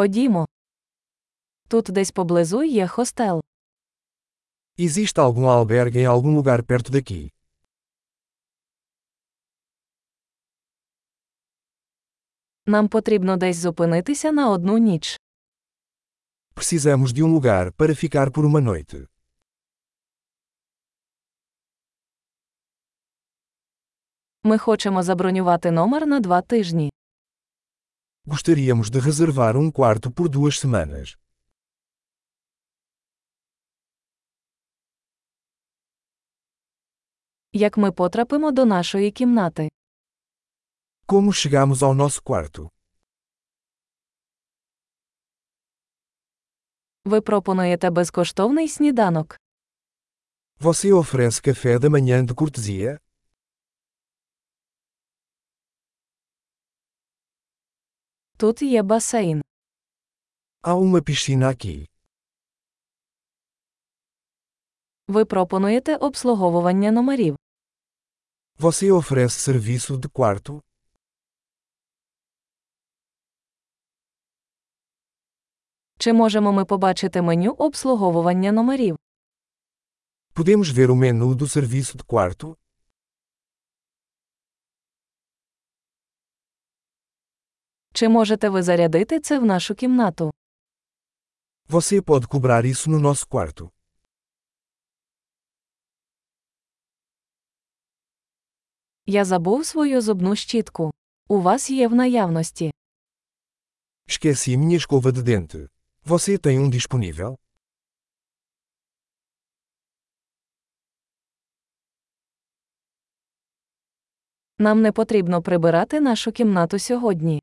Ходімо. Тут десь поблизу є хостел. Existe algum albergue em algum lugar perto daqui? Нам потрібно десь зупинитися на одну ніч. Precisamos de um lugar para ficar por uma noite. Ми хочемо забронювати номер на два тижні. Gostaríamos de reservar um quarto por duas semanas. Як ми потрапимо до нашої кімнати? Como chegamos ao nosso quarto? Ви пропонуєте безкоштовний сніданок. Você oferece café da manhã de cortesia? Тут є басейн. Há uma piscina aqui. Ви пропонуєте обслуговування номерів. Você oferece serviço de quarto? Чи можемо ми побачити меню обслуговування номерів? Podemos ver o menu do serviço de quarto? Чи можете ви зарядити це в нашу кімнату? Você pode cobrar isso no nosso quarto. Я забув свою зубну щітку. У вас є в наявності. Esqueci minha escova de dente. Você tem um disponível? Нам не потрібно прибирати нашу кімнату сьогодні.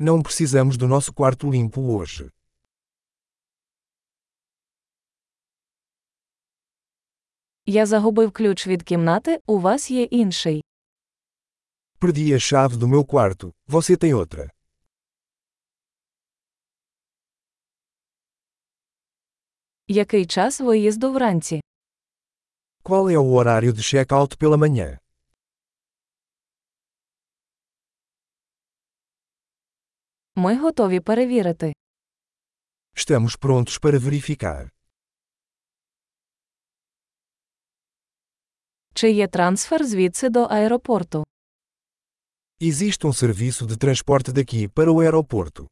Não precisamos do nosso quarto limpo hoje. Я загубив ключ від кімнати, у вас є інший. Perdi a chave do meu quarto. Você tem outra. Який час виїзду вранці? Qual é o horário de check-out pela manhã? Ми готові перевірити. Estamos prontos para verificar. Чи є трансфер звідси до аеропорту? Existe um serviço de transporte daqui para o aeroporto.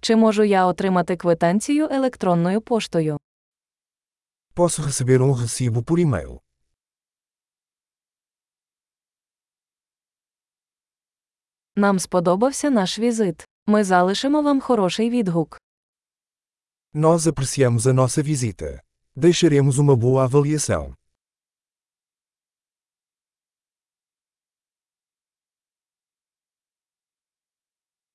Чи можу я отримати квитанцію електронною поштою? Posso receber um recibo por e-mail. Нам сподобався наш візит. Ми залишимо вам хороший відгук. Nós apreciamos a nossa visita. Deixaremos uma boa avaliação.